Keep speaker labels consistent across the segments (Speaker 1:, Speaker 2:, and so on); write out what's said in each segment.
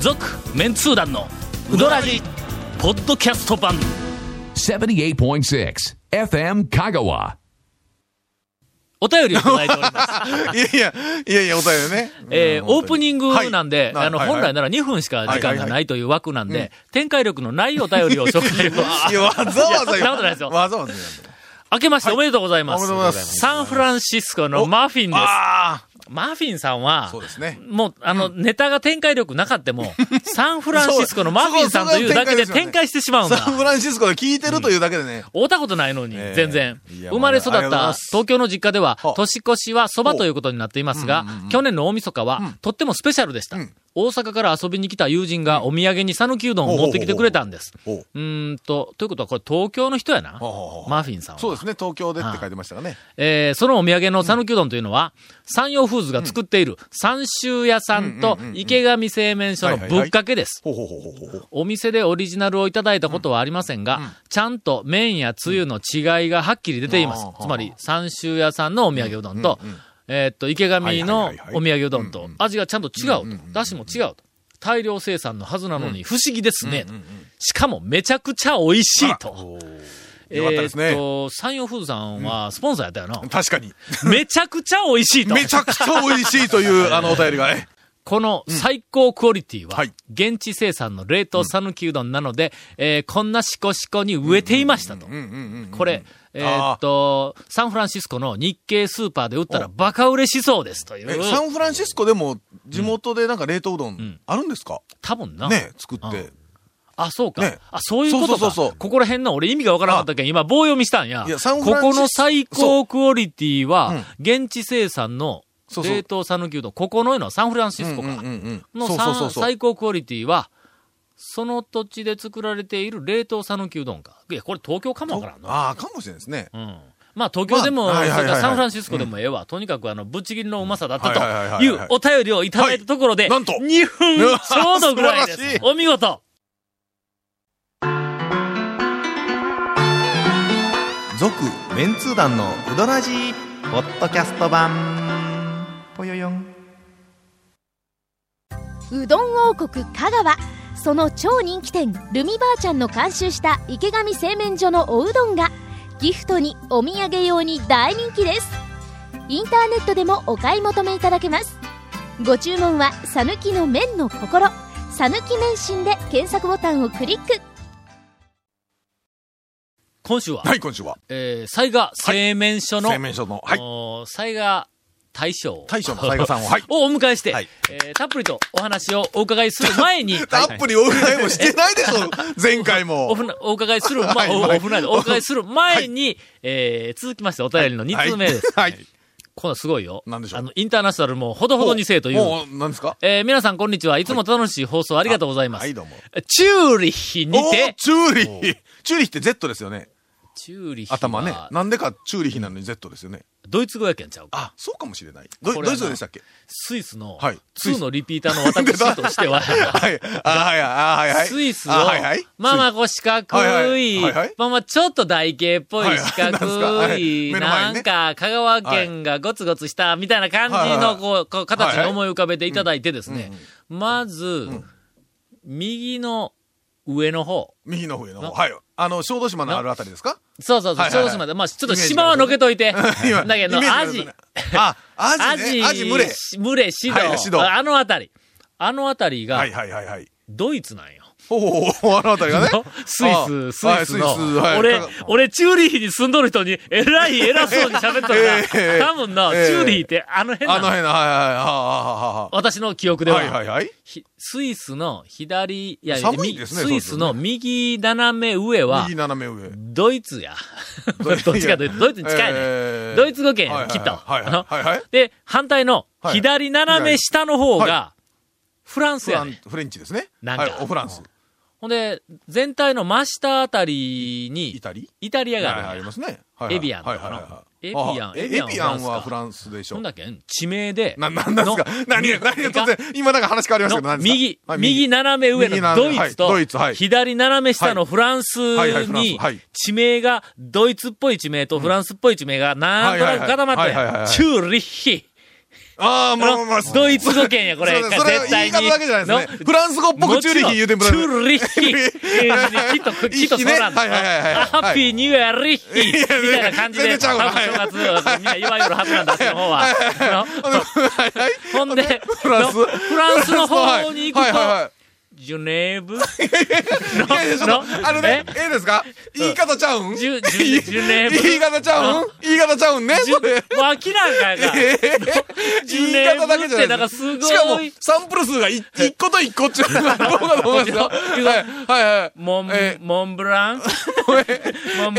Speaker 1: 続メンツー団のウドラジポッドキャスト版
Speaker 2: 78.6 FM Kagawa.
Speaker 1: お便りをいただいております、
Speaker 3: いやいや、いやいや、お便りね。
Speaker 1: えーオープニングなんで、
Speaker 3: はい
Speaker 1: あの、
Speaker 3: はいはい
Speaker 1: 本来なら2分しか時間がないという枠なんで、展開力のないお便りを紹介を。
Speaker 3: いや、わざわざ
Speaker 1: いやそんなことないですよ
Speaker 3: わざわざ言う
Speaker 1: 明けましておめでとうございます。
Speaker 3: おめでとうございます
Speaker 1: サンフランシスコのマフィンです。
Speaker 3: あ
Speaker 1: マフィンさんは
Speaker 3: あ、そうですね。
Speaker 1: もう、あの、ネタが展開力なか っても、サンフランシスコのマフィンさんというだけで展開してしまうんだ
Speaker 3: サ。ンフランシスコで聞いてるというだけでね。
Speaker 1: 会ったことないのに、
Speaker 3: ええ
Speaker 1: 全然
Speaker 3: い。や
Speaker 1: 生まれ育っ
Speaker 3: ありがとうござい
Speaker 1: た
Speaker 3: ます
Speaker 1: 東京の実家では
Speaker 3: は、あ
Speaker 1: 年越しは蕎麦ということになっていますが、去年の大晦日は、とってもスペシャルでした。大阪から遊びに来た友人がお土産に讃岐うどんを持ってきてくれたんです。
Speaker 3: ほう
Speaker 1: うーんと、ということはこれ東京の人やな
Speaker 3: ほうほうほ。う
Speaker 1: マフィンさんは。
Speaker 3: そうですね、東京でって書いてましたからね。
Speaker 1: えーそのお土産の讃岐うどんというのは、山陽フーズが作っている三州屋さんと池上製麺所のぶっかけです。
Speaker 3: ほうほうほうほうほうほう。
Speaker 1: お店でオリジナルをいただいたことはありませんが、ちゃんと麺やつゆの違いがはっきり出ています。
Speaker 3: うんあー
Speaker 1: つまり、三州屋さんのお土産うどんと、えーっと、池上の
Speaker 3: はいはいはいはい
Speaker 1: お土産うどんと、味がちゃんと違うと。だしも違うと。大量生産のはずなのに不思議ですね。としかもめちゃくちゃ美味しいと。え
Speaker 3: よかったですね
Speaker 1: ーっと、山陽フーズさんはスポンサーやったよな。
Speaker 3: 確かに。
Speaker 1: めちゃくちゃ美味しいと。
Speaker 3: めちゃくちゃ美味しいと いう、あの、お便りがね。
Speaker 1: この最高クオリティは
Speaker 3: はい、
Speaker 1: 現地生産の冷凍讃岐うどんなので、えーこんなシコシコに植えていましたと。これ、えーっと、サンフランシスコの日系スーパーで売ったらバカ売れしそうですとい
Speaker 3: え、サ
Speaker 1: う。
Speaker 3: ンフランシスコでも、地元でなんか冷凍うどん、あるんですか
Speaker 1: 多分な。
Speaker 3: ね、作っ
Speaker 1: うん
Speaker 3: て。
Speaker 1: あ、そうか。
Speaker 3: ね
Speaker 1: あ、そういうことか。
Speaker 3: そうそうそうそう
Speaker 1: ここら辺の俺意味がわからなかったけん、今棒読みしたんや。
Speaker 3: いやサンフ
Speaker 1: こ
Speaker 3: ランシス
Speaker 1: この最高クオリティは、現地生産の
Speaker 3: そうそう
Speaker 1: 冷凍讃岐うどん。ここのようなサンフランシスコか。
Speaker 3: うんうんうん。
Speaker 1: の
Speaker 3: そうそうそう
Speaker 1: 三
Speaker 3: そう。
Speaker 1: 最高クオリティは、その土地で作られている冷凍讃岐うどんか。いや、これ東京かもわからんな。
Speaker 3: ああ、かもしれないですね。
Speaker 1: うん。まあ東京でも、
Speaker 3: まあはい
Speaker 1: そ
Speaker 3: はいはい
Speaker 1: れからサンフランシスコでもええわ。とにかくあの、ぶっちぎりのうまさだった
Speaker 3: はいはいはいはいは
Speaker 1: と
Speaker 3: い
Speaker 1: いうお便りをいただいたところで、
Speaker 3: はいなんと
Speaker 1: 2分
Speaker 3: うわ
Speaker 1: ちょうどぐらいで
Speaker 3: 素晴らし
Speaker 1: す
Speaker 3: い。
Speaker 1: お見事
Speaker 3: 続、
Speaker 4: メンツー団のウドラジーポッドキャスト版ぽよよん
Speaker 5: うどん王国香川その超人気店ルミばあちゃんの監修した池上製麺所のおうどんがギフトにお土産用に大人気ですインターネットでもお買い求めいただけますご注文は「さぬきの麺の心」「さぬき麺心」で検索ボタンをクリック
Speaker 1: 今週は、
Speaker 3: はい、今週は。
Speaker 1: えー、災賀製麺所の、
Speaker 3: 製麺所の、はい。
Speaker 1: おー災賀大将。
Speaker 3: 大将の西賀さんを、はい。
Speaker 1: をお迎えして、
Speaker 3: はい
Speaker 1: えーたっぷりとお話をお伺いする前に、
Speaker 3: たっぷりお伺いもしてないでしょ、前回
Speaker 1: お
Speaker 3: も。
Speaker 1: ふな、お伺いする、ま、
Speaker 3: はい
Speaker 1: お、
Speaker 3: はい
Speaker 1: おふなでお伺いする前に、えー、続きましてお便りの2通目です。
Speaker 3: はい。はい
Speaker 1: このすごいよ。
Speaker 3: なんでしょう
Speaker 1: あの、インターナショナルもほどほどにせえとい
Speaker 3: も
Speaker 1: う。
Speaker 3: う、何ですか
Speaker 1: えー、皆さんこんにちは。いつも楽しい放送ありがとうございます。
Speaker 3: はい、どうも。
Speaker 1: チューリッヒに
Speaker 3: おー
Speaker 1: て、
Speaker 3: チューリヒ。チューリヒって Z ですよね。
Speaker 1: チューリッヒは
Speaker 3: 頭ね。なんでかチューリヒなのに Z ですよね。
Speaker 1: ドイツ語やけんちゃうか。
Speaker 3: あ、そうかもしれない。ど
Speaker 1: こ
Speaker 3: ど
Speaker 1: れはな
Speaker 3: ういう人でしたっけ
Speaker 1: スイスの、
Speaker 3: はい
Speaker 1: ツーのリピーターの私としては、
Speaker 3: はい。あ、はい、あ、はい、はい。
Speaker 1: スイスを、
Speaker 3: あはい、はい。
Speaker 1: まあまあ
Speaker 3: スイ
Speaker 1: こう四角
Speaker 3: はい
Speaker 1: い、
Speaker 3: はいはいはい
Speaker 1: まあまあちょっと台形っぽ
Speaker 3: はいい
Speaker 1: 四角、
Speaker 3: はいいなんすかはい目の
Speaker 1: な
Speaker 3: 前
Speaker 1: ん
Speaker 3: にね
Speaker 1: か香川県がゴツゴツしたみたいな感じのこうこう形に思い浮かべていただいてですね、まず、右の上の方、
Speaker 3: 右の上の方。はい。あの、小豆島のあるあたりですか
Speaker 1: そうそうそう、
Speaker 3: はいはいはい
Speaker 1: 小豆島で、まあちょっと島はのけといて、 だけど
Speaker 3: イメー
Speaker 1: ア
Speaker 3: ジ
Speaker 1: ジ
Speaker 3: が、あ、ア
Speaker 1: ア
Speaker 3: ジ、
Speaker 1: ジ、
Speaker 3: ね。アジ、群れ。
Speaker 1: 群れシド
Speaker 3: はいシド
Speaker 1: あのあたり、あのあたりが
Speaker 3: はい、はい、はい、はい。
Speaker 1: ドイツなんよ。
Speaker 3: ほうほうほう、あのあたりがね。
Speaker 1: スイス、スイスの、俺、俺、チューリヒに住んどる人に、えらい偉そうに喋っとるな
Speaker 3: ええええ
Speaker 1: 多分な、チ
Speaker 3: ええ
Speaker 1: ューリヒってあの辺
Speaker 3: あ
Speaker 1: なの。
Speaker 3: の辺の、はいはいは
Speaker 1: 私の記憶
Speaker 3: い
Speaker 1: で
Speaker 3: は
Speaker 1: は、
Speaker 3: いはい。はいはいはい。
Speaker 1: ひスイスの左、いや、
Speaker 3: 寒いですね
Speaker 1: みスイス
Speaker 3: そ
Speaker 1: の右斜め上は
Speaker 3: 右、斜め上。
Speaker 1: ドイツや。 どっちかというと、ドイツに近いね。
Speaker 3: えー
Speaker 1: ドイツ語圏、
Speaker 3: はいはいはい
Speaker 1: きっと。
Speaker 3: はいはい
Speaker 1: あの
Speaker 3: はいはい
Speaker 1: で、反対の
Speaker 3: はい
Speaker 1: 左斜め下の方が、
Speaker 3: は
Speaker 1: フランス
Speaker 3: フ
Speaker 1: や
Speaker 3: ラ
Speaker 1: ね
Speaker 3: ン、。フレンチですね。
Speaker 1: なんか
Speaker 3: はい、おフランス。
Speaker 1: ほんで、全体の真下あたりに
Speaker 3: イ、タリ
Speaker 1: イタリアがあ
Speaker 3: は
Speaker 1: る
Speaker 3: い
Speaker 1: ん
Speaker 3: はい
Speaker 1: や
Speaker 3: ありますね。はいはい
Speaker 1: エビアンとかの
Speaker 3: はいはいはい
Speaker 1: エビアン
Speaker 3: あ
Speaker 1: エビアン
Speaker 3: エビアンは
Speaker 1: フ
Speaker 3: フ
Speaker 1: ラ
Speaker 3: ランスでしょ
Speaker 1: なんだ。っけ地名で。
Speaker 3: な、なんです
Speaker 1: の
Speaker 3: か何
Speaker 1: みえ
Speaker 3: が、何が
Speaker 1: えか
Speaker 3: 突然、今なんか話変わりましたけど、
Speaker 1: の
Speaker 3: 何ですか
Speaker 1: 右、
Speaker 3: はい
Speaker 1: 右斜め上
Speaker 3: 右
Speaker 1: の
Speaker 3: 斜
Speaker 1: ド
Speaker 3: め
Speaker 1: イ
Speaker 3: はい
Speaker 1: ツと、
Speaker 3: ドイツはい
Speaker 1: 左斜め下のフランス
Speaker 3: はいはいフラン
Speaker 1: に
Speaker 3: スはい、
Speaker 1: 地名が、ドイツっぽい地名とフランスっぽい地名が、なんとなく固まっ
Speaker 3: はいはいはいはいはいは
Speaker 1: て、
Speaker 3: い
Speaker 1: チューリッヒ。
Speaker 3: ああ、まあまあまあ。
Speaker 1: ドイツ語圏や、これ。
Speaker 3: そうですそれは
Speaker 1: 絶対に。
Speaker 3: 言い方だけじゃないですね。フランス語っぽくチューリヒ言うてもら
Speaker 1: チューリッヒ。 えーきっと、きっとそうなんだ。
Speaker 3: はいはいはいはい
Speaker 1: ハッピーニューイヤーリッヒみたいな感じで、
Speaker 3: 全然ちゃうわ
Speaker 1: ハッピー正月、みんな言わゆるはずなんだ、その方は。あのほんで、フ
Speaker 3: ランス
Speaker 1: フランスの方に行く
Speaker 3: はいはいはい
Speaker 1: と、
Speaker 3: はい
Speaker 1: ジュネーブ
Speaker 3: いやいや、ちょっと、あのね、ええですか言い方ちゃうん
Speaker 1: ジ
Speaker 3: 言
Speaker 1: ュ、ジュジュネーブ。
Speaker 3: い方ちゃうん言い方ちゃうんね
Speaker 1: ジ
Speaker 3: それ
Speaker 1: ュ、脇なんかやから。ジュ
Speaker 3: 言い
Speaker 1: ネー
Speaker 3: 方だ
Speaker 1: ブっ
Speaker 3: けじゃな
Speaker 1: て
Speaker 3: い
Speaker 1: なんか
Speaker 3: です
Speaker 1: す
Speaker 3: しかも
Speaker 1: ごい、。
Speaker 3: サンプル数がい一個と一個っていうのがどうかと思いますよ。はい、はい、はい。
Speaker 1: モン
Speaker 3: え、ー
Speaker 1: モンブ ランモンブラン
Speaker 3: え
Speaker 1: の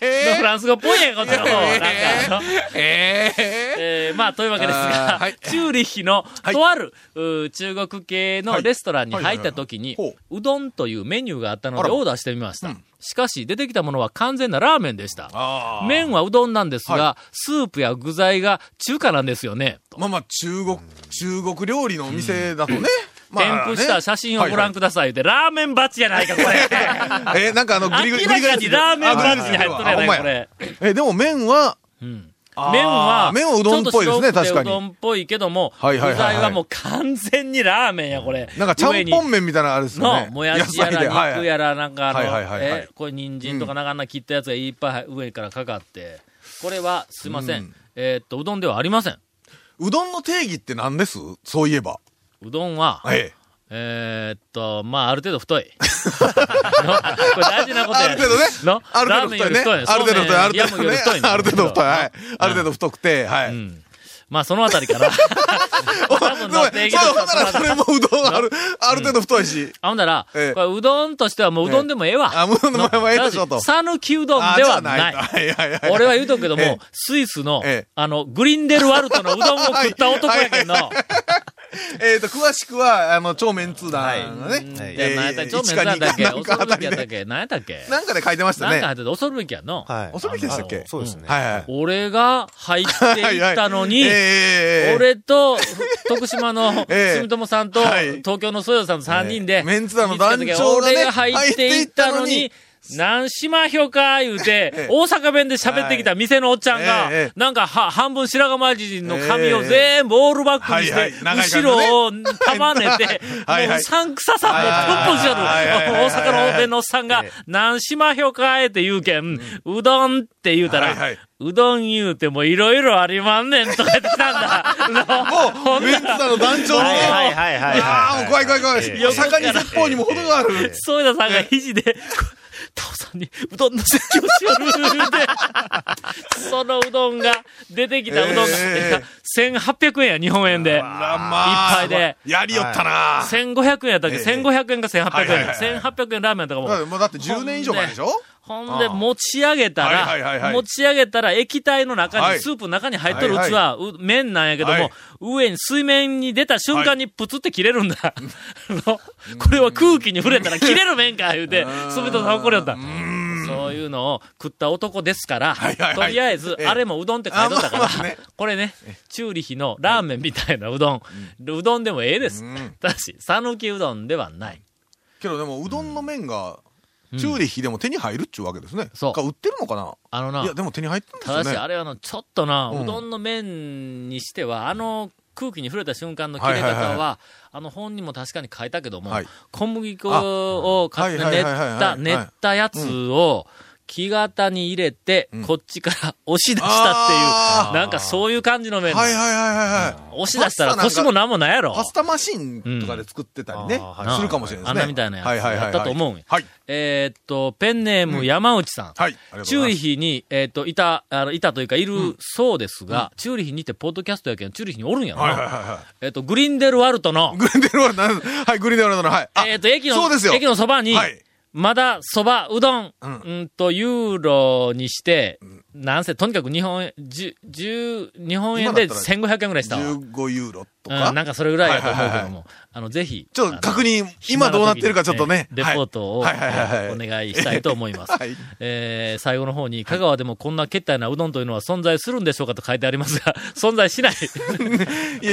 Speaker 3: え
Speaker 1: フランス語っぽいやんことの方はなんかあの。
Speaker 3: ええ
Speaker 1: えーまあ、というわけです
Speaker 3: あ
Speaker 1: が、
Speaker 3: ーはい
Speaker 1: チューリッヒの、
Speaker 3: い
Speaker 1: とある、うー中国系のレストランに入った時に
Speaker 3: はいはいはいはい、
Speaker 1: うどんというメニューがあったの
Speaker 3: あ
Speaker 1: で、
Speaker 3: ら
Speaker 1: オーダーしてみました。しかし、出てきたものは完全なラーメンでした。
Speaker 3: ああ。
Speaker 1: 麺はうどんなんですが、
Speaker 3: は
Speaker 1: スープや具材が中華なんですよね。と
Speaker 3: まあまあ、中国、中国料理のお店だとね。ま
Speaker 1: 添
Speaker 3: あ
Speaker 1: 付した写真をご覧ください。で、ラーメンバチじゃないか、 これ。
Speaker 3: ださい。え、なんかあの、グリグリ、
Speaker 1: 明
Speaker 3: グリ
Speaker 1: ら
Speaker 3: グ
Speaker 1: か
Speaker 3: リ
Speaker 1: にラーメンバチに入っとるや
Speaker 3: あ
Speaker 1: な
Speaker 3: ほん
Speaker 1: い
Speaker 3: ま
Speaker 1: か、
Speaker 3: や
Speaker 1: これ。
Speaker 3: え、でも麺は、
Speaker 1: うん
Speaker 3: あー
Speaker 1: 麺は、
Speaker 3: 麺はうどんっぽいですね
Speaker 1: ちょと白くて
Speaker 3: 確かに
Speaker 1: うどんっぽいけども、
Speaker 3: はいはいはいは
Speaker 1: 具
Speaker 3: い
Speaker 1: 材はもう完全にラーメンや、これ。
Speaker 3: なんかちゃ
Speaker 1: 上
Speaker 3: ん
Speaker 1: に
Speaker 3: ぽん麺みたいなのあれですよ
Speaker 1: の
Speaker 3: ね。、
Speaker 1: もやしや
Speaker 3: 野菜では
Speaker 1: ら
Speaker 3: い
Speaker 1: 肉やらなんかあの、
Speaker 3: はいはいはいはい
Speaker 1: え、これ人参とかなんかあんな切ったやつがいっぱい上からかかって、これはすいません、
Speaker 3: うん
Speaker 1: えーっと、うどんではありません。
Speaker 3: うどんの定義って何ですそういえば。
Speaker 1: うどんは、
Speaker 3: ええ。
Speaker 1: えーっと、まあ、ある程度太い。 のこれ大事なことや。
Speaker 3: ある程度ね
Speaker 1: の。
Speaker 3: ある程度太いね。ある程度太い。ある程度ね。ある程度太い。はい。ある程度太くて、はい。
Speaker 1: うん。まあ、そのあたりか な。多分の定義と
Speaker 3: そ
Speaker 1: しては
Speaker 3: う、ほんならそれもうどんある、ある程度太いし。
Speaker 1: あ、ほんだら、
Speaker 3: ええ
Speaker 1: これうどんとしてはもううどんでもええわ。
Speaker 3: あ、もう名前はえ えでしょと。
Speaker 1: サヌキうどん
Speaker 3: あ
Speaker 1: で
Speaker 3: じゃ
Speaker 1: は
Speaker 3: あ
Speaker 1: ない。
Speaker 3: とはいはいはい。
Speaker 1: 俺は言うとくけども、
Speaker 3: ええ
Speaker 1: スイスの、
Speaker 3: ええ
Speaker 1: あの、グリンデルワルトのうどんを食 った男やけんの。
Speaker 3: えっと、詳しくは、あの、超メンツー団のね。
Speaker 4: はい
Speaker 1: で、何やったっけ、ちょっと目立ったっけ、
Speaker 3: えー
Speaker 1: 恐る
Speaker 3: 一か二かなんかあた
Speaker 1: べき
Speaker 3: り
Speaker 1: やっ
Speaker 3: で
Speaker 1: たっけ、何やったっけ、
Speaker 3: なんかで書いてました
Speaker 1: なんか入
Speaker 3: ね
Speaker 1: っ。てて恐るべきやんの。
Speaker 4: はい。
Speaker 3: 恐れでしたっけ
Speaker 4: あのそうですね。
Speaker 3: はいはい。
Speaker 1: 俺が入っていったのに、
Speaker 3: はいはい ええ
Speaker 1: 俺と、徳島の
Speaker 3: ええ
Speaker 1: 住友さんと、
Speaker 3: はい
Speaker 1: 東京のソヨさんの3人で、
Speaker 3: メンツ団の団長がね
Speaker 1: 見つけた時俺が入っていったの
Speaker 3: 入ってい
Speaker 1: に、何しまひょか言うて、
Speaker 3: ええ
Speaker 1: 大阪弁で喋ってきた店のおっちゃんが、
Speaker 3: ええええ
Speaker 1: なんかは半分白髪人の髪を
Speaker 3: ええ
Speaker 1: 全部オールバックにして、
Speaker 3: はいはい長い
Speaker 1: 後
Speaker 3: 髪のね
Speaker 1: ろを束ねて、
Speaker 3: はいはい
Speaker 1: もううさんくささもプンプンしよる、
Speaker 3: はいはいはいはい
Speaker 1: 大阪のお弁のおっさんが、何しまひょかえって言うけん、うどんって言うたら、
Speaker 3: はいはいう
Speaker 1: どん言うてもいろいろありまんねんとか言ってきたんだ。
Speaker 3: もう、メンツ団の団長の。
Speaker 1: は
Speaker 4: は
Speaker 1: い
Speaker 4: いはいはいはい
Speaker 3: ああ、もう怖い怖い怖い。
Speaker 1: え
Speaker 3: 盛り説法にも程がある。
Speaker 1: そう田さんが肘 で、タオさんにうどんの説教しよる言うて、 そのうどんが、出てきたうどんが、
Speaker 3: え
Speaker 1: 1800円や、日本円で。いっ
Speaker 3: ま
Speaker 1: ぱいで。
Speaker 3: やりよったな。
Speaker 1: 1500円やったっけ、
Speaker 3: ええ
Speaker 1: 1500円か1800
Speaker 3: は
Speaker 1: 円
Speaker 3: いはいはいはい
Speaker 1: 1800円ラーメンとかも
Speaker 3: うんもうだって10年以上前でしょ
Speaker 1: ほんで、持ち上げた
Speaker 3: はいはいはいは
Speaker 1: ら、
Speaker 3: い
Speaker 1: 持ち上げたら、液体の中に、
Speaker 3: はい
Speaker 1: スープの中に入っとる器、
Speaker 3: はい
Speaker 1: う麺なんやけども、
Speaker 3: はい
Speaker 1: 上に、水面に出た瞬間にプツって切れるんだ。 の これは空気に触れたら切れる麺か、言うて、すべてさん怒りよった。そういうのを食った男ですから、
Speaker 3: はいはい
Speaker 1: と
Speaker 3: はい
Speaker 1: りあえず、
Speaker 3: ええ
Speaker 1: あれもうどんって書いとったから、
Speaker 3: あまあまあね
Speaker 1: これね、チューリヒのラーメンみたいなうどん、うどんでもええです。ただし、讃岐うどんではない。
Speaker 3: けどでも、うどんの麺が、チューリッヒでも手に入るっちゅうわけですね。
Speaker 1: そう
Speaker 3: か売ってるのかな
Speaker 1: あのな、
Speaker 3: いや、でも手に入ってるんです
Speaker 1: た
Speaker 3: よ
Speaker 1: だ
Speaker 3: ね。
Speaker 1: し、あれはあの、ちょっとな、
Speaker 3: うん
Speaker 1: うどんの麺にしては、あの、空気に触れた瞬間の切れ
Speaker 3: は
Speaker 1: 方
Speaker 3: いはいはい
Speaker 1: は、あの本にも確かに書いたけども、
Speaker 3: はい
Speaker 1: 小麦粉をかつて
Speaker 3: あは
Speaker 1: 練
Speaker 3: い
Speaker 1: っ
Speaker 3: はいはいはい
Speaker 1: た、
Speaker 3: はい
Speaker 1: 練ったやつを、木型に入れて、こっちから押し出したってい
Speaker 3: あ
Speaker 1: う、
Speaker 3: ー
Speaker 1: なんかそういう感じの麺。
Speaker 3: はいはいはいはいはい。
Speaker 1: 押し出したら
Speaker 3: パ
Speaker 1: 腰
Speaker 3: スタなん
Speaker 1: も
Speaker 3: か
Speaker 1: なんもないやろ。
Speaker 3: パスタマシンとかで作ってたりね、
Speaker 4: うんあー
Speaker 1: はい
Speaker 3: するかもしれないですね。
Speaker 1: あんなみたいなやつ
Speaker 3: はいはいはい
Speaker 1: やったと思うんや
Speaker 3: はい。
Speaker 1: えーっと、ペンネーム山内さん。
Speaker 3: はい。ありがとうございます。
Speaker 1: チューリヒに、えーっと、いた、あの、いたというか、いるそうですが、チューリヒにて、ポッドキャストやけん、チューリヒにおるんやろな。
Speaker 3: はいはいはいは
Speaker 1: えっ、と、グリンデルワルトの
Speaker 3: い。、グリーンデルワルトなんですはい、グリーンデルワルトの、はい。あ
Speaker 1: えっ、と、駅の
Speaker 3: そうです、よ。
Speaker 1: 駅のそばに、
Speaker 3: はい。
Speaker 1: まだそば、うどん、う
Speaker 3: うんん、
Speaker 1: と、ユーロにして、なんせ、とにかく日本円、十、十、日本円で
Speaker 3: 今だった
Speaker 1: 1500円ぐらいしたわ。
Speaker 3: 15ユーロとか。
Speaker 1: うん、なんかそれぐらいやと思うけども、
Speaker 3: はいはい
Speaker 1: あの、ぜひ。
Speaker 3: ちょっと確認
Speaker 1: あの、
Speaker 3: 今どうなってるかちょっとね。
Speaker 1: レポ
Speaker 3: はい
Speaker 1: ートを、
Speaker 3: はいはいはいはい
Speaker 1: お願いしたいと思います。
Speaker 3: はい。
Speaker 1: えー、最後の方に、香川でもこんな決体なうどんというのは存在するんでしょうかと書いてあり ますが、存在しない。
Speaker 3: い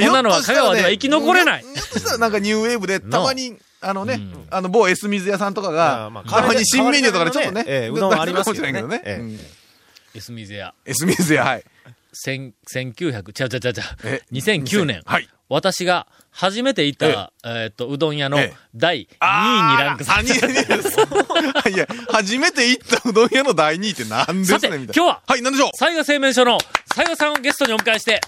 Speaker 1: こんなのは香川では生き残れない
Speaker 3: ひょっとしたらなんかニューウェーブで、たまに、あのね
Speaker 1: ん、
Speaker 3: あの、某エス水屋さんとか
Speaker 4: あー
Speaker 3: が
Speaker 4: ま、あ
Speaker 3: たまに新メニューとかでちょっと
Speaker 4: ええ
Speaker 3: ね、
Speaker 4: うどんはありますけどね
Speaker 3: 出してるかもしれないけどね。うん
Speaker 1: エスミゼア。
Speaker 3: エス水屋、はい。
Speaker 1: 千1900、ちゃうちゃうちゃうちゃう
Speaker 3: え、
Speaker 1: 2009年、
Speaker 3: はい
Speaker 1: 私が初めて行った、えっと、うどん屋の
Speaker 3: ええ
Speaker 1: 第2位にランクされた。
Speaker 3: た。 いや、初めて行ったうどん屋の第2位って何ですね
Speaker 1: さて
Speaker 3: みたい
Speaker 1: 今
Speaker 3: な。
Speaker 1: 日は
Speaker 3: はい、何でしょう
Speaker 1: 西賀製麺所の西賀さんをゲストにお迎えして、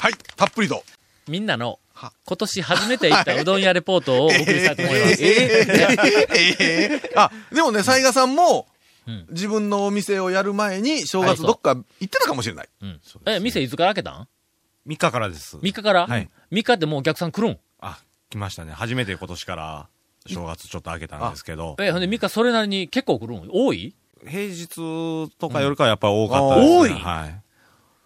Speaker 3: はい、たっぷりと。
Speaker 1: みんなの
Speaker 3: は
Speaker 1: 今年初めて行ったうどん屋レポートをお送りしたいと思い ます。えー
Speaker 3: えーあ、でもね、雑賀さんも
Speaker 1: うん、
Speaker 3: 自分のお店をやる前に、正
Speaker 1: はい
Speaker 3: 月どっか行ってたかもしれない。
Speaker 1: うんえ、店いつから開けたん
Speaker 6: 3日からです。
Speaker 1: ?3 日から、
Speaker 6: はい
Speaker 1: 3日ってもうお客さん来るん
Speaker 6: あ、来ましたね。初めて今年から正月ちょっと明けたんですけど、
Speaker 1: え、ほんで3日それなりに結構来るん多い
Speaker 6: 平日とかよりかはやっぱり多かったです、ね。
Speaker 3: 多い
Speaker 6: はい。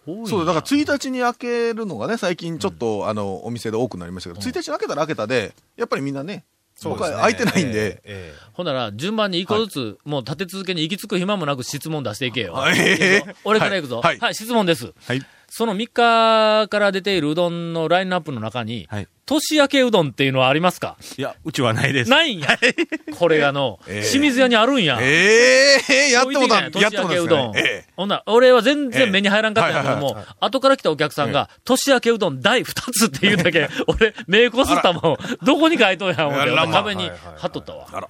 Speaker 1: 多いな
Speaker 3: そう、だから1日に開けるのがね、最近ちょっと、あの、お店で多くなりましたけど、1日に開けたら開けたで、やっぱりみんなね、僕は開いてないんで、
Speaker 6: ええ。
Speaker 1: ほんなら、順番に一個ずつ、もう立て続けに行き着く暇もなく質問出していけよ。
Speaker 3: はい
Speaker 1: いくぞ 俺から行くぞ、は。
Speaker 3: はいい
Speaker 1: 質問です。
Speaker 6: はい。
Speaker 1: その3日から出ているうどんのラインナップの中に、
Speaker 6: はい
Speaker 1: 年明けうどんっていうのはありますか
Speaker 6: いや、うちはないです。
Speaker 1: ないんや。これがの、清水屋にあるんや。
Speaker 3: ええやってもたん、
Speaker 1: 置い
Speaker 3: やって
Speaker 1: きない年明
Speaker 3: もたん
Speaker 1: け
Speaker 3: で
Speaker 1: う
Speaker 3: す
Speaker 1: どん
Speaker 3: ね。。ええ
Speaker 1: ほんなら俺は全然目に入らんかったんやけど
Speaker 3: ええはい
Speaker 1: も、後から来たお客さんが、年明けうどん第2つって言うだけ、 俺、目こすったもん。どこに書いとんや、思っ
Speaker 3: あ
Speaker 1: て。
Speaker 3: らま
Speaker 1: 壁に貼っとったわ。
Speaker 3: あら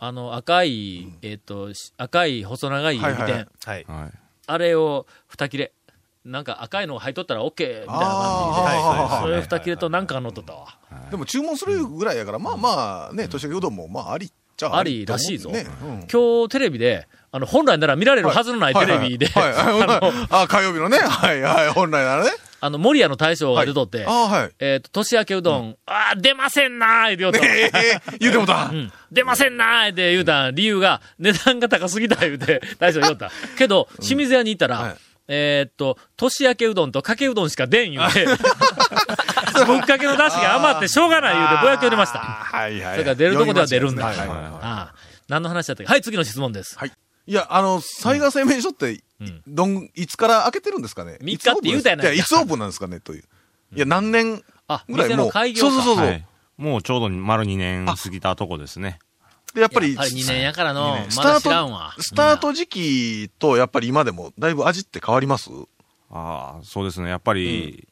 Speaker 1: あの、赤い、えっ、と、し赤い細長い指
Speaker 3: はいはいは
Speaker 1: 点
Speaker 3: い。
Speaker 6: はい。はい。
Speaker 1: あれを二切れ。なんか赤いのを入っとったら OK みたいな感
Speaker 3: あー
Speaker 1: じで。そ
Speaker 6: は
Speaker 1: れ
Speaker 6: い
Speaker 1: 二切れとなんか乗っとったわ。
Speaker 3: でも注文するぐらいやから、まあまあね、年明けうどんもまあありっちゃ
Speaker 1: ありらしいぞ
Speaker 3: ねうん
Speaker 1: 今日テレビで、あの、本来なら見られるはずのないテレビで、
Speaker 3: はいはいは い
Speaker 1: あ
Speaker 3: はい
Speaker 1: の、
Speaker 3: あ、火曜日のね、はいはい、本来ならね。
Speaker 1: あの、森屋の大将が出とって、
Speaker 3: あはい。
Speaker 1: えっと、年明けうどん、あー出ませんなーって言うと。
Speaker 3: ええ言うてもた
Speaker 1: う。 ん、出ませんなーって言うた理由が、値段が高すぎた言うて、大将言おった。けど、清水屋に行ったら、
Speaker 3: はい
Speaker 1: えーっと、年明けうどんとかけうどんしか出ん言うて、 ぶっかけの出汁が余ってしょうがない言うてぼやけ売れました。
Speaker 3: はいはい。
Speaker 1: それから出るとこでは出るんだ。
Speaker 3: はいはい
Speaker 1: ああ何の話だったっけはい、次の質問です。
Speaker 3: いや、あの、災害製麺所って
Speaker 1: ん、
Speaker 3: どん、いつから開けてるんですかね
Speaker 1: 三日って言うたやない
Speaker 3: い
Speaker 1: か
Speaker 3: や、いつオープンなんですかねという。いや、何年
Speaker 1: あ、
Speaker 3: ぐら
Speaker 1: 店
Speaker 3: いも
Speaker 1: の
Speaker 3: う。
Speaker 1: 開業
Speaker 3: そうそうそう
Speaker 1: か。
Speaker 3: そ
Speaker 6: は
Speaker 3: う
Speaker 6: い。もうちょうど丸2年過ぎたとこですね。
Speaker 3: で、やっぱ
Speaker 1: やっ
Speaker 3: り、
Speaker 1: ぱり2年やからの
Speaker 3: 二、年
Speaker 1: まだ知らんわ。
Speaker 3: スタート時期と、やっぱり今でも、だいぶ味って変わります
Speaker 6: ああ、そうですね。やっぱり、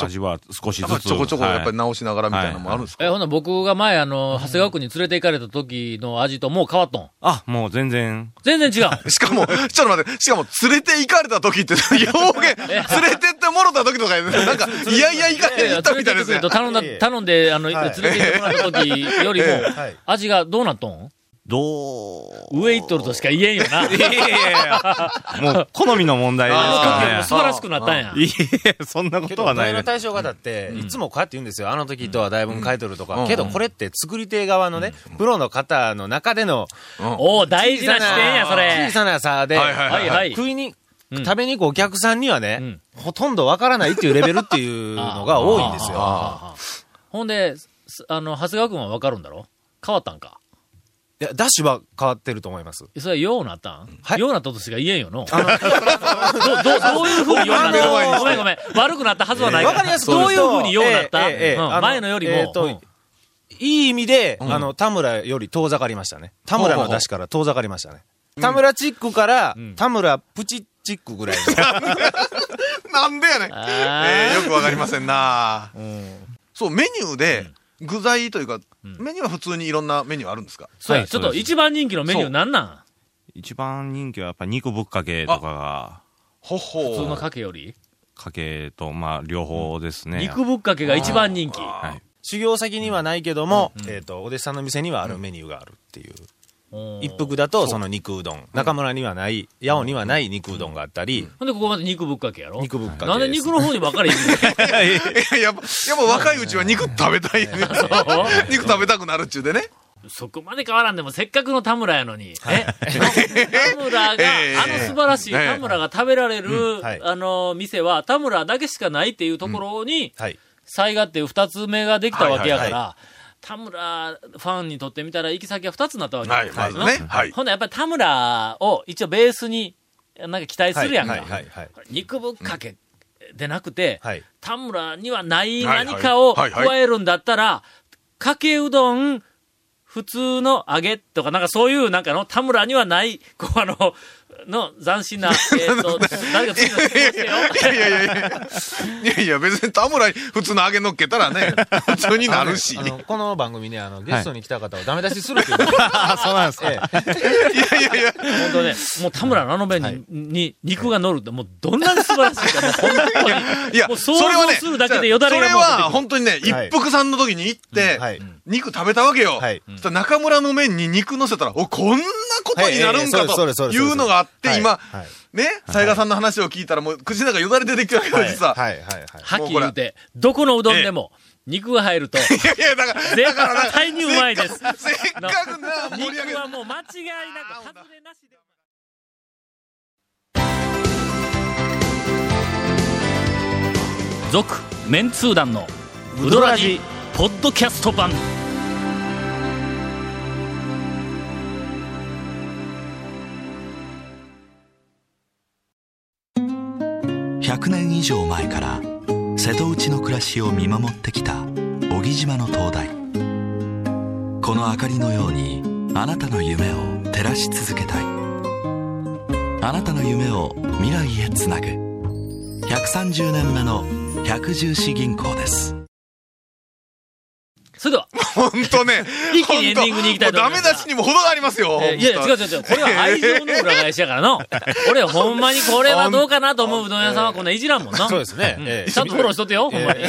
Speaker 6: 味は少し
Speaker 3: やっ
Speaker 6: ず
Speaker 3: ぱ
Speaker 6: つ。
Speaker 3: ちょこちょこ、やっぱり
Speaker 6: はい
Speaker 3: 直しながらみたいなのもあるんですか
Speaker 1: え、ほんなら僕が前、あの、長谷川区に連れて行かれた時の味ともう変わっとん。
Speaker 6: あ、もう全然。
Speaker 1: 全然違う。
Speaker 3: しかも、ちょっと待って、しかも、連れて行かれた時って、 表現、 連れてってもろた時とか、なんか、いやいや行か
Speaker 1: いやい
Speaker 3: れ
Speaker 1: や、
Speaker 3: た
Speaker 1: 連
Speaker 3: み
Speaker 1: れ
Speaker 3: た
Speaker 1: て
Speaker 3: い
Speaker 1: って
Speaker 3: です
Speaker 1: くれ
Speaker 3: ね
Speaker 1: と。頼んだ、頼んで、あの、連
Speaker 6: はい
Speaker 1: れて行ってもらった時よりも
Speaker 3: え
Speaker 6: はい、
Speaker 1: 味がどうなっとん
Speaker 6: どう
Speaker 1: 上行っとるとしか言えんよな。
Speaker 6: いやいやいやもう、好みの問題です
Speaker 1: あの時より
Speaker 6: から
Speaker 1: も
Speaker 6: ね。
Speaker 1: 素晴らしくなったんや。
Speaker 6: いえ、そんなこ
Speaker 7: け
Speaker 6: と
Speaker 7: ど、
Speaker 6: はな
Speaker 7: 問
Speaker 6: いで
Speaker 7: 題の
Speaker 6: す。
Speaker 7: 対象方って、いつもこうやって言うんですよ。あの時とはだいぶ変えとるとか。
Speaker 3: うん
Speaker 7: けど、これって作り手側のね、プロの方の中での、
Speaker 1: おお、大事な視点や、それ
Speaker 7: 小。さな差で、
Speaker 3: はいはい
Speaker 1: はいはい
Speaker 7: 食いに、
Speaker 1: うん
Speaker 7: 食べに行くお客さんには
Speaker 1: う
Speaker 7: ね
Speaker 1: ん、
Speaker 7: ほとんどわからないっていうレベルっていうのが多いんですよ。
Speaker 1: あーほんで、すあの、長谷川くんはわかるんだろ変わったんか
Speaker 7: いや、ダッシュは変わってると思います。
Speaker 1: それはようなったん
Speaker 7: はい
Speaker 1: ようなったとしか言えんよの。ど、ど、どういうふうにようなっ
Speaker 3: 目の前に
Speaker 1: たご
Speaker 3: して
Speaker 1: めんごめん。悪くなったはずはないか
Speaker 7: わ
Speaker 1: ら。
Speaker 7: かりやすく
Speaker 1: どう
Speaker 7: 言
Speaker 1: いう
Speaker 7: と
Speaker 1: ふうにようなった
Speaker 7: ええええええ
Speaker 1: うん
Speaker 7: あ
Speaker 1: 前のより
Speaker 7: え
Speaker 1: も
Speaker 7: ー。と
Speaker 1: うん
Speaker 7: いい意味で、あの、田村より遠ざかりましたね。田村の出しから遠ざかりましたね。田村チックから、田村プチチックぐらいの。
Speaker 3: なんでやねん。
Speaker 1: あー
Speaker 3: えーよくわかりませんな、そう、メニューで、具材というか、メニューは普通にいろんなメニューあるんですか
Speaker 1: そうや
Speaker 6: はい
Speaker 1: ちょっと
Speaker 6: そうです
Speaker 1: 一番人気のメニューなんなん
Speaker 6: 一番人気はやっぱ肉ぶっかけとかが、
Speaker 3: ほほ
Speaker 1: 普通のかけより
Speaker 6: かけと、まあ、両方ですね。
Speaker 1: 肉ぶっかけが一番人気。
Speaker 6: はい。
Speaker 7: 修行先にはないけども、えっ、と、お弟子さんの店にはあるメニューがあるっていう。
Speaker 1: うん
Speaker 7: 一服だと、その肉うどん。中村にはない、八尾にはない肉うどんがあったり、
Speaker 1: ほんで、ここまで肉ぶっかけやろ
Speaker 7: 肉ぶっかけす。
Speaker 1: なんで肉の方 にばっかり行く
Speaker 3: いや、やっぱ、やっぱ若いうちは肉食べ たい、ね、
Speaker 1: の
Speaker 3: 肉食べたくなるっちゅうでね。
Speaker 1: そこまで変わらんでも、せっかくの田村やのに。え 田村が、
Speaker 3: ええ
Speaker 1: あの素晴らしい田村が食べられる、
Speaker 7: はい
Speaker 1: あの、店は田村だけしかないっていうところに、
Speaker 7: はい。
Speaker 1: 災害っていう二つ目ができたわけやから、
Speaker 7: はいはい
Speaker 1: 田村ファンにとってみたら行き先は二つになったわけ
Speaker 3: はい、まずね。はい。
Speaker 1: ほんならやっぱり田村を一応ベースに、なんか期待するやんか。
Speaker 7: はい、はい、はい。
Speaker 1: 肉ぶっかけでなくて、
Speaker 7: はい。
Speaker 1: 田村にはない
Speaker 3: はいはい
Speaker 1: 何かを
Speaker 3: はいはい
Speaker 1: 加えるんだったら、かけうどん、普通の揚げとか、なんかそういうなんかの、田村にはない、こうあの、の斬新な、えっ と、誰か次の質問してよ。
Speaker 3: いやいやいやいやいや、別に田村に普通の揚げ乗っけたら ね、普通になるし。い
Speaker 7: あ
Speaker 3: や
Speaker 7: の、この番組ね、あの、ゲストに来た方をダメ出しするっていうことで。
Speaker 6: そうなんですか。
Speaker 7: ええ
Speaker 3: いやいや、
Speaker 1: 本当ね、もう田村のあの麺に,、に肉が乗るって、もうどんなに素晴らしいか、もう本当に。
Speaker 3: いや
Speaker 1: もう、想
Speaker 3: それは
Speaker 1: 像
Speaker 3: ね、
Speaker 1: するだけでよだれが
Speaker 3: それ
Speaker 1: もう出てくる
Speaker 3: は本当にね、一
Speaker 7: はい
Speaker 3: 服さんの時に行って、
Speaker 7: はい
Speaker 3: 肉食べたわけよ。
Speaker 7: はい
Speaker 3: そしたら中村の麺に肉乗せたら、お、こんなことになるんか
Speaker 7: はいええそうですそ
Speaker 3: と
Speaker 7: うです
Speaker 3: いうのがあって、
Speaker 7: はい
Speaker 3: 今
Speaker 7: はい、
Speaker 3: ね、雑賀さんの話を聞いたら、もう口の中よだれ出てきたわけよ、実は。
Speaker 7: はい、はい、はい。
Speaker 1: はっきり言うて、どこのうどんでも、肉が入ると、絶
Speaker 3: いやいや、だから、
Speaker 1: 対にうまいです。
Speaker 3: せっかくな、盛り上げ
Speaker 1: 肉はもう間違いなく、外れなしで。続、メンツー団の、ウドラジ、ポッドキャスト版。
Speaker 8: 100年以上前から瀬戸内の暮らしを見守ってきた小木島の灯台この明かりのようにあなたの夢を照らし続けたいあなたの夢を未来へつなぐ130年目の百十四銀行です
Speaker 1: それでは、
Speaker 3: 本当ね。
Speaker 1: 一気にエンディングに行きたいと思います
Speaker 3: もうダメ出しにも程がありますよ。
Speaker 1: えーいや、違う違う違う。これは愛情の裏返しやから の。俺、ほんまにこれはどうかなと思ううどん屋さんはこんないじらんもん な。
Speaker 7: そうですね。ええ
Speaker 1: ちゃんとフォローしとってよ、ほんまに。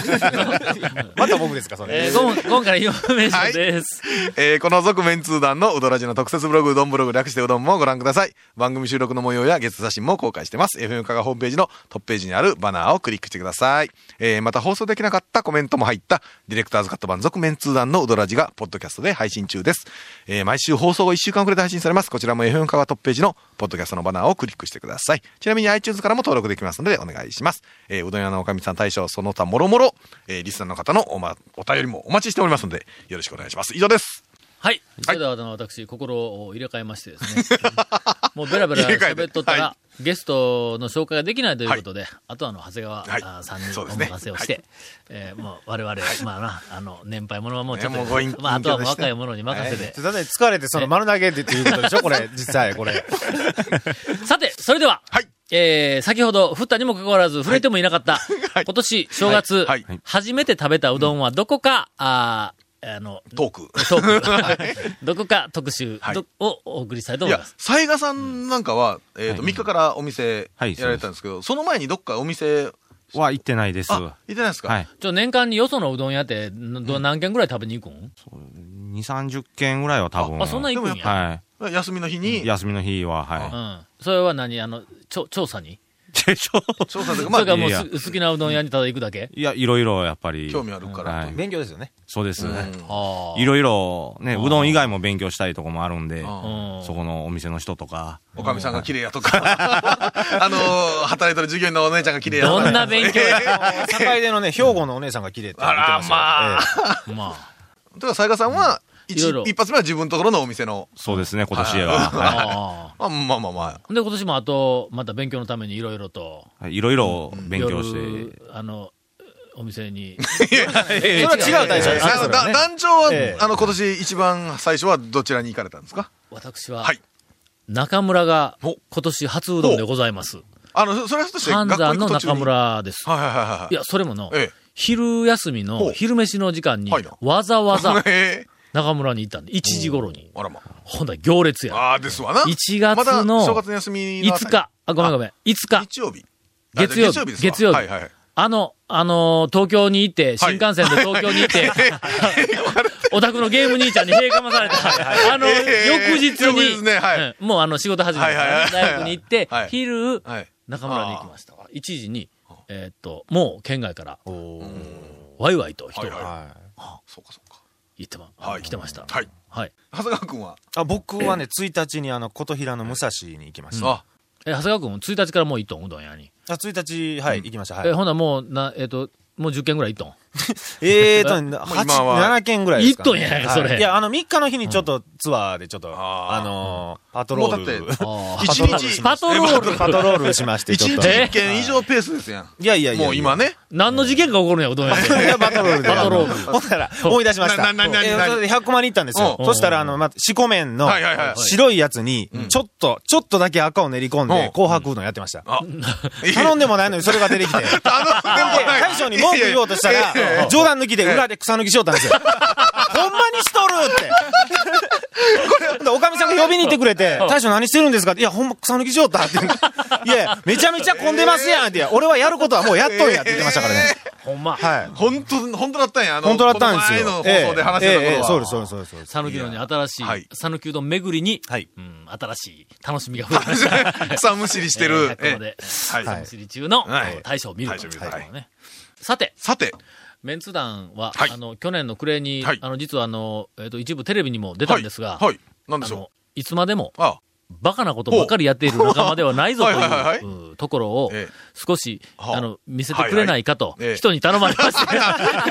Speaker 7: また僕ですか、そ
Speaker 1: え
Speaker 7: れ。
Speaker 1: ー、今今回のインフォメーションです。
Speaker 3: えーこの続面通談のうどらじの特設ブログ、うどんブログ略してうどんもご覧ください。番組収録の模様や月写真も公開してます。FM カがホームページのトップページにあるバナーをクリックしてください。えーまた放送できなかったコメントも入った、ディレクターズカット版続面通談のうどらじが、ポッドキャストで配信中です。えー毎週放送後1週間くらいで配信されます。こちらも FM カがトップページのポッドキャストのバナーをクリックしてください。ちなみに iTunes からも登録できますのでお願いします。えーうどん屋のおかみさん大将、その他もろもろ、えーリスナーの方のお,、ま、お便りもお待ちしておりますので、よろしくお願いします。以上です。
Speaker 1: はい。それでは、あの、私、心を入れ替えましてですね。 もうベラベラ
Speaker 3: 入れ替えて
Speaker 1: 喋っとったら、
Speaker 3: は
Speaker 1: ゲストの紹介ができないということで、あとは、あの、長谷川
Speaker 3: はい
Speaker 1: あーさんに
Speaker 3: そう
Speaker 1: お
Speaker 3: ですね
Speaker 1: 任せをして、えーもう我々、まあな、あの、年配者はもうちょっ
Speaker 3: ねもう
Speaker 1: と、
Speaker 3: ご隠居
Speaker 1: まあ、あとはもう
Speaker 3: でして
Speaker 1: 若い者に任せて、
Speaker 7: ただね、疲れて、その丸投げでっていうことでしょこれ、実際、これ。
Speaker 1: さて、それでは、
Speaker 3: はい
Speaker 1: えー、先ほど降ったにもかかわらず触れてもいなかった、
Speaker 3: はい
Speaker 1: 今年正月、
Speaker 3: はいはい
Speaker 1: 初めて食べたうどんはどこか、あーあの、
Speaker 3: トーク。
Speaker 1: トーク、どこか特集
Speaker 3: はい
Speaker 1: どをお送りしたいと
Speaker 3: い
Speaker 1: 思い
Speaker 3: や
Speaker 1: ます。、
Speaker 3: 雑賀さんなんかは、えっと、3日からお店
Speaker 6: は
Speaker 3: や
Speaker 6: い
Speaker 3: られてたんですけど、その前にどっかお店、
Speaker 6: は行ってないです。
Speaker 3: あ、
Speaker 6: は
Speaker 3: 行ってないですか
Speaker 6: い。
Speaker 1: ちょ、年間によそのうどん屋って、んど何軒ぐらい食べに行くん、
Speaker 6: 2、30件ぐらいは多分。
Speaker 1: あ、そんな行くんや。
Speaker 6: は
Speaker 3: 休みの日
Speaker 6: い。
Speaker 3: に、
Speaker 6: 休みの日は、
Speaker 1: う
Speaker 6: は
Speaker 1: ん。それは何あの、ちょ、調査に、
Speaker 6: い。でしょ
Speaker 3: 調査というか、
Speaker 1: そ
Speaker 3: ま
Speaker 1: れか
Speaker 3: あ、
Speaker 1: らもう
Speaker 6: いや
Speaker 1: す
Speaker 6: い
Speaker 1: 好きなうどん屋にただ行くだけ
Speaker 6: いや、いろいろやっぱり。
Speaker 3: 興味あるから
Speaker 6: はい。
Speaker 7: 勉強ですよね。
Speaker 6: そうです
Speaker 3: と。
Speaker 6: ね。
Speaker 1: ああ。
Speaker 6: いろいろ、ね、うどん以外も勉強したいとこもあるんで、
Speaker 3: あ
Speaker 1: うん
Speaker 6: そこのお店の人とか。
Speaker 3: おかみさんが綺麗やとか、 あのー、働いてる従業員のお姉ちゃんが綺麗やとか。
Speaker 1: どんな勉強や。
Speaker 7: 境出のね、兵庫のお姉さんが綺麗って言ってましたよ。
Speaker 3: あらま
Speaker 7: あ。
Speaker 1: まあ。
Speaker 3: とか、雑賀さんは、一
Speaker 1: いろいろ
Speaker 3: 一発目は自分のところのお店の、
Speaker 6: そうですね、今年は。 はい
Speaker 1: あ
Speaker 3: まあまあまあま
Speaker 1: あ。で、今年もあと、また勉強のためにいろいろと。
Speaker 6: はいいろいろ勉強して。
Speaker 1: 夜あの、お店 に。
Speaker 7: それは違う大将
Speaker 3: あ。
Speaker 7: ですね
Speaker 3: さ。
Speaker 7: それは
Speaker 3: だ
Speaker 7: ね
Speaker 3: 団長は
Speaker 7: ええ、
Speaker 3: あの、今年一番最初はどちらに行かれたんですか
Speaker 1: 私は、
Speaker 3: はい
Speaker 1: 中村が
Speaker 3: お
Speaker 1: 今年初うどんでございます。
Speaker 3: あの、そそれはとして、
Speaker 1: 半
Speaker 3: 学校
Speaker 1: 山
Speaker 3: 行
Speaker 1: の
Speaker 3: く途中
Speaker 1: 中
Speaker 3: に。
Speaker 1: 村です。
Speaker 3: はいはいはいはい
Speaker 1: い。や、それもの、
Speaker 3: ええ
Speaker 1: 昼休み
Speaker 3: ほ
Speaker 1: の
Speaker 3: う
Speaker 1: 昼飯の時間に
Speaker 3: はいな、
Speaker 1: わざわざ
Speaker 3: ええ
Speaker 1: 中村に行ったんで、1時頃に。
Speaker 3: あらま。
Speaker 1: ほんだら行列や。
Speaker 3: ああ、ですわな。
Speaker 1: 1月の
Speaker 3: まだ正月の休みのあたり
Speaker 1: 5日、あ、ごめんごめん、5日、
Speaker 3: 日曜日。あ
Speaker 1: 月曜
Speaker 3: じゃあ
Speaker 1: 日、
Speaker 3: ですわ
Speaker 1: 月曜日
Speaker 3: はいはい。。
Speaker 1: あの、あのー、東京に行って、
Speaker 3: は
Speaker 1: 新
Speaker 3: い
Speaker 1: 幹線で東京に行っ て、お宅のゲーム兄ちゃんに閉かまされた。あの、
Speaker 3: ええ
Speaker 1: 翌日
Speaker 3: 翌
Speaker 1: に
Speaker 3: 日ねはい
Speaker 1: うんもうあの、仕事始めて、
Speaker 3: はいはいはい
Speaker 1: 大学に行って
Speaker 3: はい、
Speaker 1: 昼、
Speaker 3: はい。
Speaker 1: 中村に行きました。1時に、えーっと、もう県外から、ワイワイと人
Speaker 3: はい
Speaker 1: が
Speaker 3: はそうかそうか。
Speaker 1: 行ってま、
Speaker 3: はい
Speaker 1: 来てました。
Speaker 3: はい。
Speaker 1: はい。
Speaker 3: 長谷川君は、
Speaker 7: あ僕はね、1日にあの、琴平の武蔵に行きました。
Speaker 3: あ、
Speaker 1: え、長谷川君、1日からもう1トンうどん屋に。
Speaker 7: あ、1日、はい、行きました。はい
Speaker 1: え、。ほんならもう、な、えーっと、もう10軒ぐらい1トン。
Speaker 7: えーと、8、
Speaker 3: 今は
Speaker 7: 7件ぐらいですか、
Speaker 1: 行っとん
Speaker 7: ね。
Speaker 1: やないかそれ
Speaker 7: はいいや、あの、3日の日にちょっとツアーでちょっと、
Speaker 3: あー
Speaker 7: あのーパトロール。
Speaker 3: もうだって
Speaker 1: あー
Speaker 7: パ
Speaker 3: 一
Speaker 7: トロール
Speaker 3: 日
Speaker 1: パトロール
Speaker 7: パトロールしまして、
Speaker 3: 一
Speaker 7: ちょっ
Speaker 3: 日
Speaker 7: と。
Speaker 3: 一件以上ペースですやん。
Speaker 7: いやいやいやいや。
Speaker 3: もう今ね。
Speaker 1: 何の事件が起こるんや、うどん屋で。
Speaker 7: バトロールで。
Speaker 1: バトロール
Speaker 7: ほんなら、思い出しました。
Speaker 3: なななな
Speaker 7: えーそれで100万に行ったんですよ。
Speaker 3: うん
Speaker 7: そしたら、あの、ま、四股麺の
Speaker 3: はいはいはい
Speaker 7: 白いやつに、ちょっと、ちょっとだけ赤を練り込ん
Speaker 3: うん
Speaker 7: で、紅白うどんやってました。頼
Speaker 3: 頼
Speaker 7: んでもないのにそれが出てき て。で、大将に文句言おうとした
Speaker 3: いやいやいや
Speaker 7: ら、冗談抜きで裏で草抜きしよったんですよ。ほんまにしとるって。でおかみさんが呼びに行ってくれて、大将何してるんですかって、いや、ほんま草抜きしよったって。いやいや、めちゃめちゃ混んでますやんって、俺はやることはもうやっとるやって言ってましたからね。
Speaker 1: ほんま。
Speaker 7: はい。
Speaker 3: 本当、本当だったんや。あの
Speaker 7: 本当だったんですよ。
Speaker 3: この前の放送で話してたことは。
Speaker 7: ええええええそうです、そうです、そうですそうです。
Speaker 1: 讃岐うどんに新しい
Speaker 3: はい、
Speaker 1: 讃岐うどん巡りに、
Speaker 7: はい
Speaker 1: うん、新しい楽しみが増え ました。
Speaker 3: 草むしりしてる。
Speaker 1: えー100まで、
Speaker 3: はい
Speaker 1: 草むしり中の
Speaker 3: はい
Speaker 1: えー大将を見る
Speaker 3: 大
Speaker 1: と
Speaker 3: 将
Speaker 1: い
Speaker 3: を
Speaker 1: う
Speaker 3: 見
Speaker 1: こ
Speaker 3: る
Speaker 1: と
Speaker 3: はい
Speaker 1: ね。さて、
Speaker 3: さて、
Speaker 1: メンツ団は、
Speaker 3: はい
Speaker 1: あの、去年の暮れに、
Speaker 3: はい
Speaker 1: あの、実はあの、えっ、と、一部テレビにも出たんですが、
Speaker 3: はいはい。なんで
Speaker 1: あ
Speaker 3: しょ
Speaker 1: の、いつまでも
Speaker 3: う。、あ、
Speaker 1: バカなことばっかりやっている仲間ではないぞとい
Speaker 3: ほうはいはいはいう
Speaker 1: うんところを
Speaker 3: ええ、
Speaker 1: 少し、
Speaker 3: はあ
Speaker 1: あの、見せてくれないかと
Speaker 3: はいはいええ、
Speaker 1: 人に頼まれまして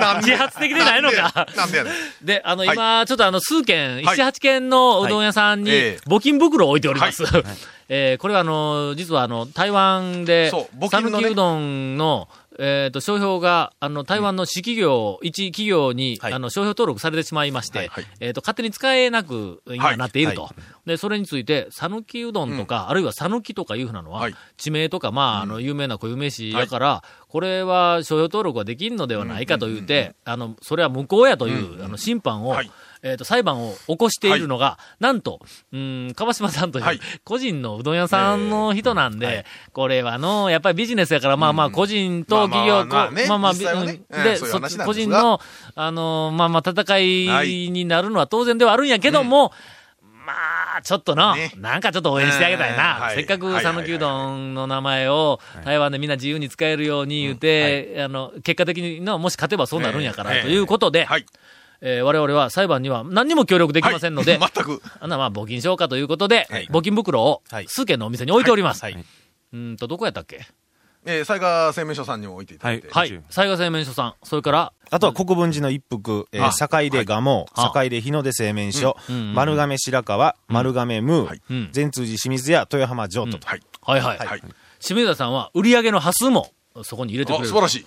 Speaker 3: なん、で
Speaker 1: 自発的でないのか。
Speaker 3: なんでやねん。
Speaker 1: で、あの、
Speaker 3: はい
Speaker 1: 今、ちょっとあの、数軒、
Speaker 3: は
Speaker 1: 一
Speaker 3: い
Speaker 1: 八軒のうどん屋さんに
Speaker 3: はいええ、
Speaker 1: 募金袋を置いております
Speaker 3: は。
Speaker 1: えーこれはあの、実はあの、台湾で
Speaker 3: そう、募金
Speaker 1: 讃
Speaker 3: のね
Speaker 1: 岐うどんの、えっ、と、商標が、あの、台湾の市企業、一企業に、
Speaker 7: はい
Speaker 1: あの、商標登録されてしまいまして、
Speaker 3: はいはい
Speaker 1: えっ、と、勝手に使えなく、
Speaker 3: は
Speaker 1: 今
Speaker 3: い
Speaker 1: なっていると。で、それについて、讃岐うどんとか、あるいは讃岐とかいうふうなのは、
Speaker 3: はい
Speaker 1: 地名とか、まあ、あの、有名な固有名詞だから、これは商標登録はできんのではないかと言って、あの、それは無効やという、あの、審判を、
Speaker 3: はい
Speaker 1: えっ、と、裁判を起こしているのが、なんと、うん、川島さんという、
Speaker 3: はい
Speaker 1: 個人のうどん屋さんの人なんで、これはの、やっぱりビジネスやから、まあまあ、個人と企業、
Speaker 3: まあまあまあ
Speaker 1: こう
Speaker 3: ね実際は
Speaker 1: う
Speaker 3: ね
Speaker 1: ん
Speaker 3: ええ
Speaker 1: で、
Speaker 3: そういう
Speaker 1: そっ
Speaker 3: 話
Speaker 1: ち、
Speaker 3: なん
Speaker 1: 個
Speaker 3: です
Speaker 1: 人
Speaker 3: が
Speaker 1: の、あの、まあまあ、戦いになるのは当然ではあるんやけども、まあ、ちょっとの、
Speaker 3: ね
Speaker 1: なんかちょっと応援してあげたいな。
Speaker 3: うんはい
Speaker 1: せっか
Speaker 3: は
Speaker 1: く
Speaker 3: いはいはい
Speaker 1: 讃岐うどんの名前を台湾でみんな自由に使えるように言って、あの、結果的にの、もし勝てばそうなるんやから、
Speaker 3: ええ
Speaker 1: ということで、
Speaker 3: はい。
Speaker 1: えー我々は裁判には何にも協力できませんので、
Speaker 3: はい全く。
Speaker 1: あんなまあ募金しようかということで、
Speaker 3: はい
Speaker 1: 募金袋を
Speaker 7: はい
Speaker 1: 数軒のお店に置いております。
Speaker 7: はいはいう
Speaker 1: ーんと、どこやったっけ
Speaker 3: えー、災害声明書さんにも置いていただいて。
Speaker 1: は
Speaker 6: 一
Speaker 1: い
Speaker 6: 応。
Speaker 1: 災害製麺所さん。それから、
Speaker 7: あとは国分寺の一服、え
Speaker 3: あ
Speaker 7: ー、堺で蒲生、
Speaker 1: あ
Speaker 7: 堺で日の出製麺所、
Speaker 1: うん
Speaker 7: 丸亀白川、丸亀ムー、
Speaker 1: うん
Speaker 7: 善通寺清水屋、豊浜城都と。
Speaker 3: はい。
Speaker 1: はいはい。
Speaker 3: はい。
Speaker 1: 清水田さんは売り上げの端数もそこに入れ
Speaker 3: あ、
Speaker 1: てくれる。
Speaker 3: 素晴らしい。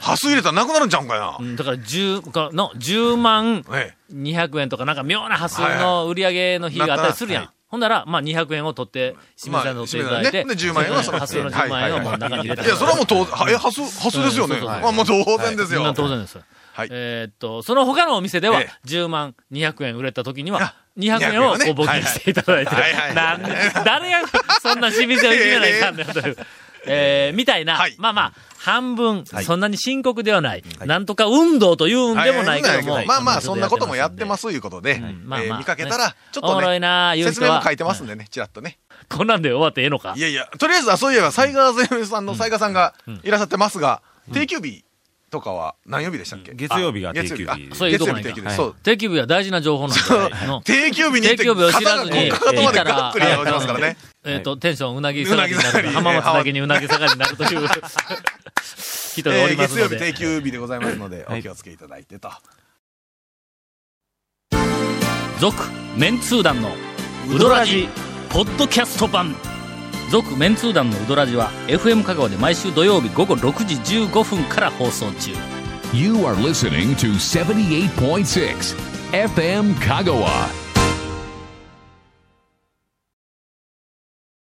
Speaker 3: 端数入れたらなくなるんちゃうんかいな。
Speaker 1: うんだから10かの10万
Speaker 3: え
Speaker 1: 200円とか、なんか妙な端数
Speaker 3: はい
Speaker 1: の売り上げの日があったりするやん。
Speaker 3: なった
Speaker 1: ほんなら、まあ、200円を取って、清水さんに取っていただいて、
Speaker 3: まあ清水さんねで10万円はそ の
Speaker 1: 端数の10万円をもう中に入
Speaker 3: え。
Speaker 1: れ
Speaker 3: い
Speaker 1: て
Speaker 3: や、それはもう当然、はえ、端数、端数ですよね。
Speaker 1: うんそうそうそう
Speaker 3: まあ、もう当然です
Speaker 1: みん
Speaker 3: よ
Speaker 1: な。当然です。
Speaker 3: はい
Speaker 1: えーっと、その他のお店では
Speaker 3: え、
Speaker 1: 10万200円売れた時に
Speaker 3: あ
Speaker 1: は、200円をこ
Speaker 3: 200円をね
Speaker 1: う募金していただいて、
Speaker 3: はいはい
Speaker 1: なんで誰がそんな清水をいじめないかんだよという。えーみたいな、
Speaker 3: はい
Speaker 1: まあまあ、半分、そんなに深刻ではない、なんとか運動というんでもないけども。。
Speaker 3: まあまあ、そんなこともやってますすいうことで、え
Speaker 1: まあまあ
Speaker 3: ー見かけたら、ちょっ
Speaker 1: おもろ
Speaker 3: と
Speaker 1: いなあ
Speaker 3: ね、
Speaker 1: 言う
Speaker 3: 説
Speaker 1: 人
Speaker 3: 明
Speaker 1: は
Speaker 3: も書いてますんでね、ちらっとね。
Speaker 1: こんなんで終わってええのか
Speaker 3: いやいや、とりあえず、あそういえば、サイガーゼミさんのサイガーさんがいらっしゃってますが、定休日とかは何曜日でしたっけ
Speaker 6: 月曜日が
Speaker 3: あ
Speaker 6: 定休日
Speaker 3: あ
Speaker 1: そういうと
Speaker 3: 月
Speaker 1: こ
Speaker 3: 曜
Speaker 1: ない
Speaker 3: 日
Speaker 1: か
Speaker 3: 定休日。そう。
Speaker 1: 定休日は大事な情報なんで、の
Speaker 3: 定休日に行って、
Speaker 1: 定休日を知らずに
Speaker 3: 肩がこうかかとまで
Speaker 1: えー
Speaker 3: ガックリ落ちますからね。
Speaker 1: えっと、テンションうなぎ下がりにな
Speaker 3: うなぎ下が
Speaker 1: る、
Speaker 3: り
Speaker 1: 浜松だけにうなぎ下がりになるという 人がお
Speaker 3: え
Speaker 1: り
Speaker 3: ー
Speaker 1: ます
Speaker 3: 月曜
Speaker 1: の
Speaker 3: 日
Speaker 1: で。
Speaker 3: 定休日でございますので、お気をつけいただいてと。
Speaker 1: 続メンツー団のウドラジポッドキャスト版続メンツー団のウドラジは FM 香川で毎週土曜日午後6時15分から放送中
Speaker 2: You are listening to 78.6 FM Kagawa.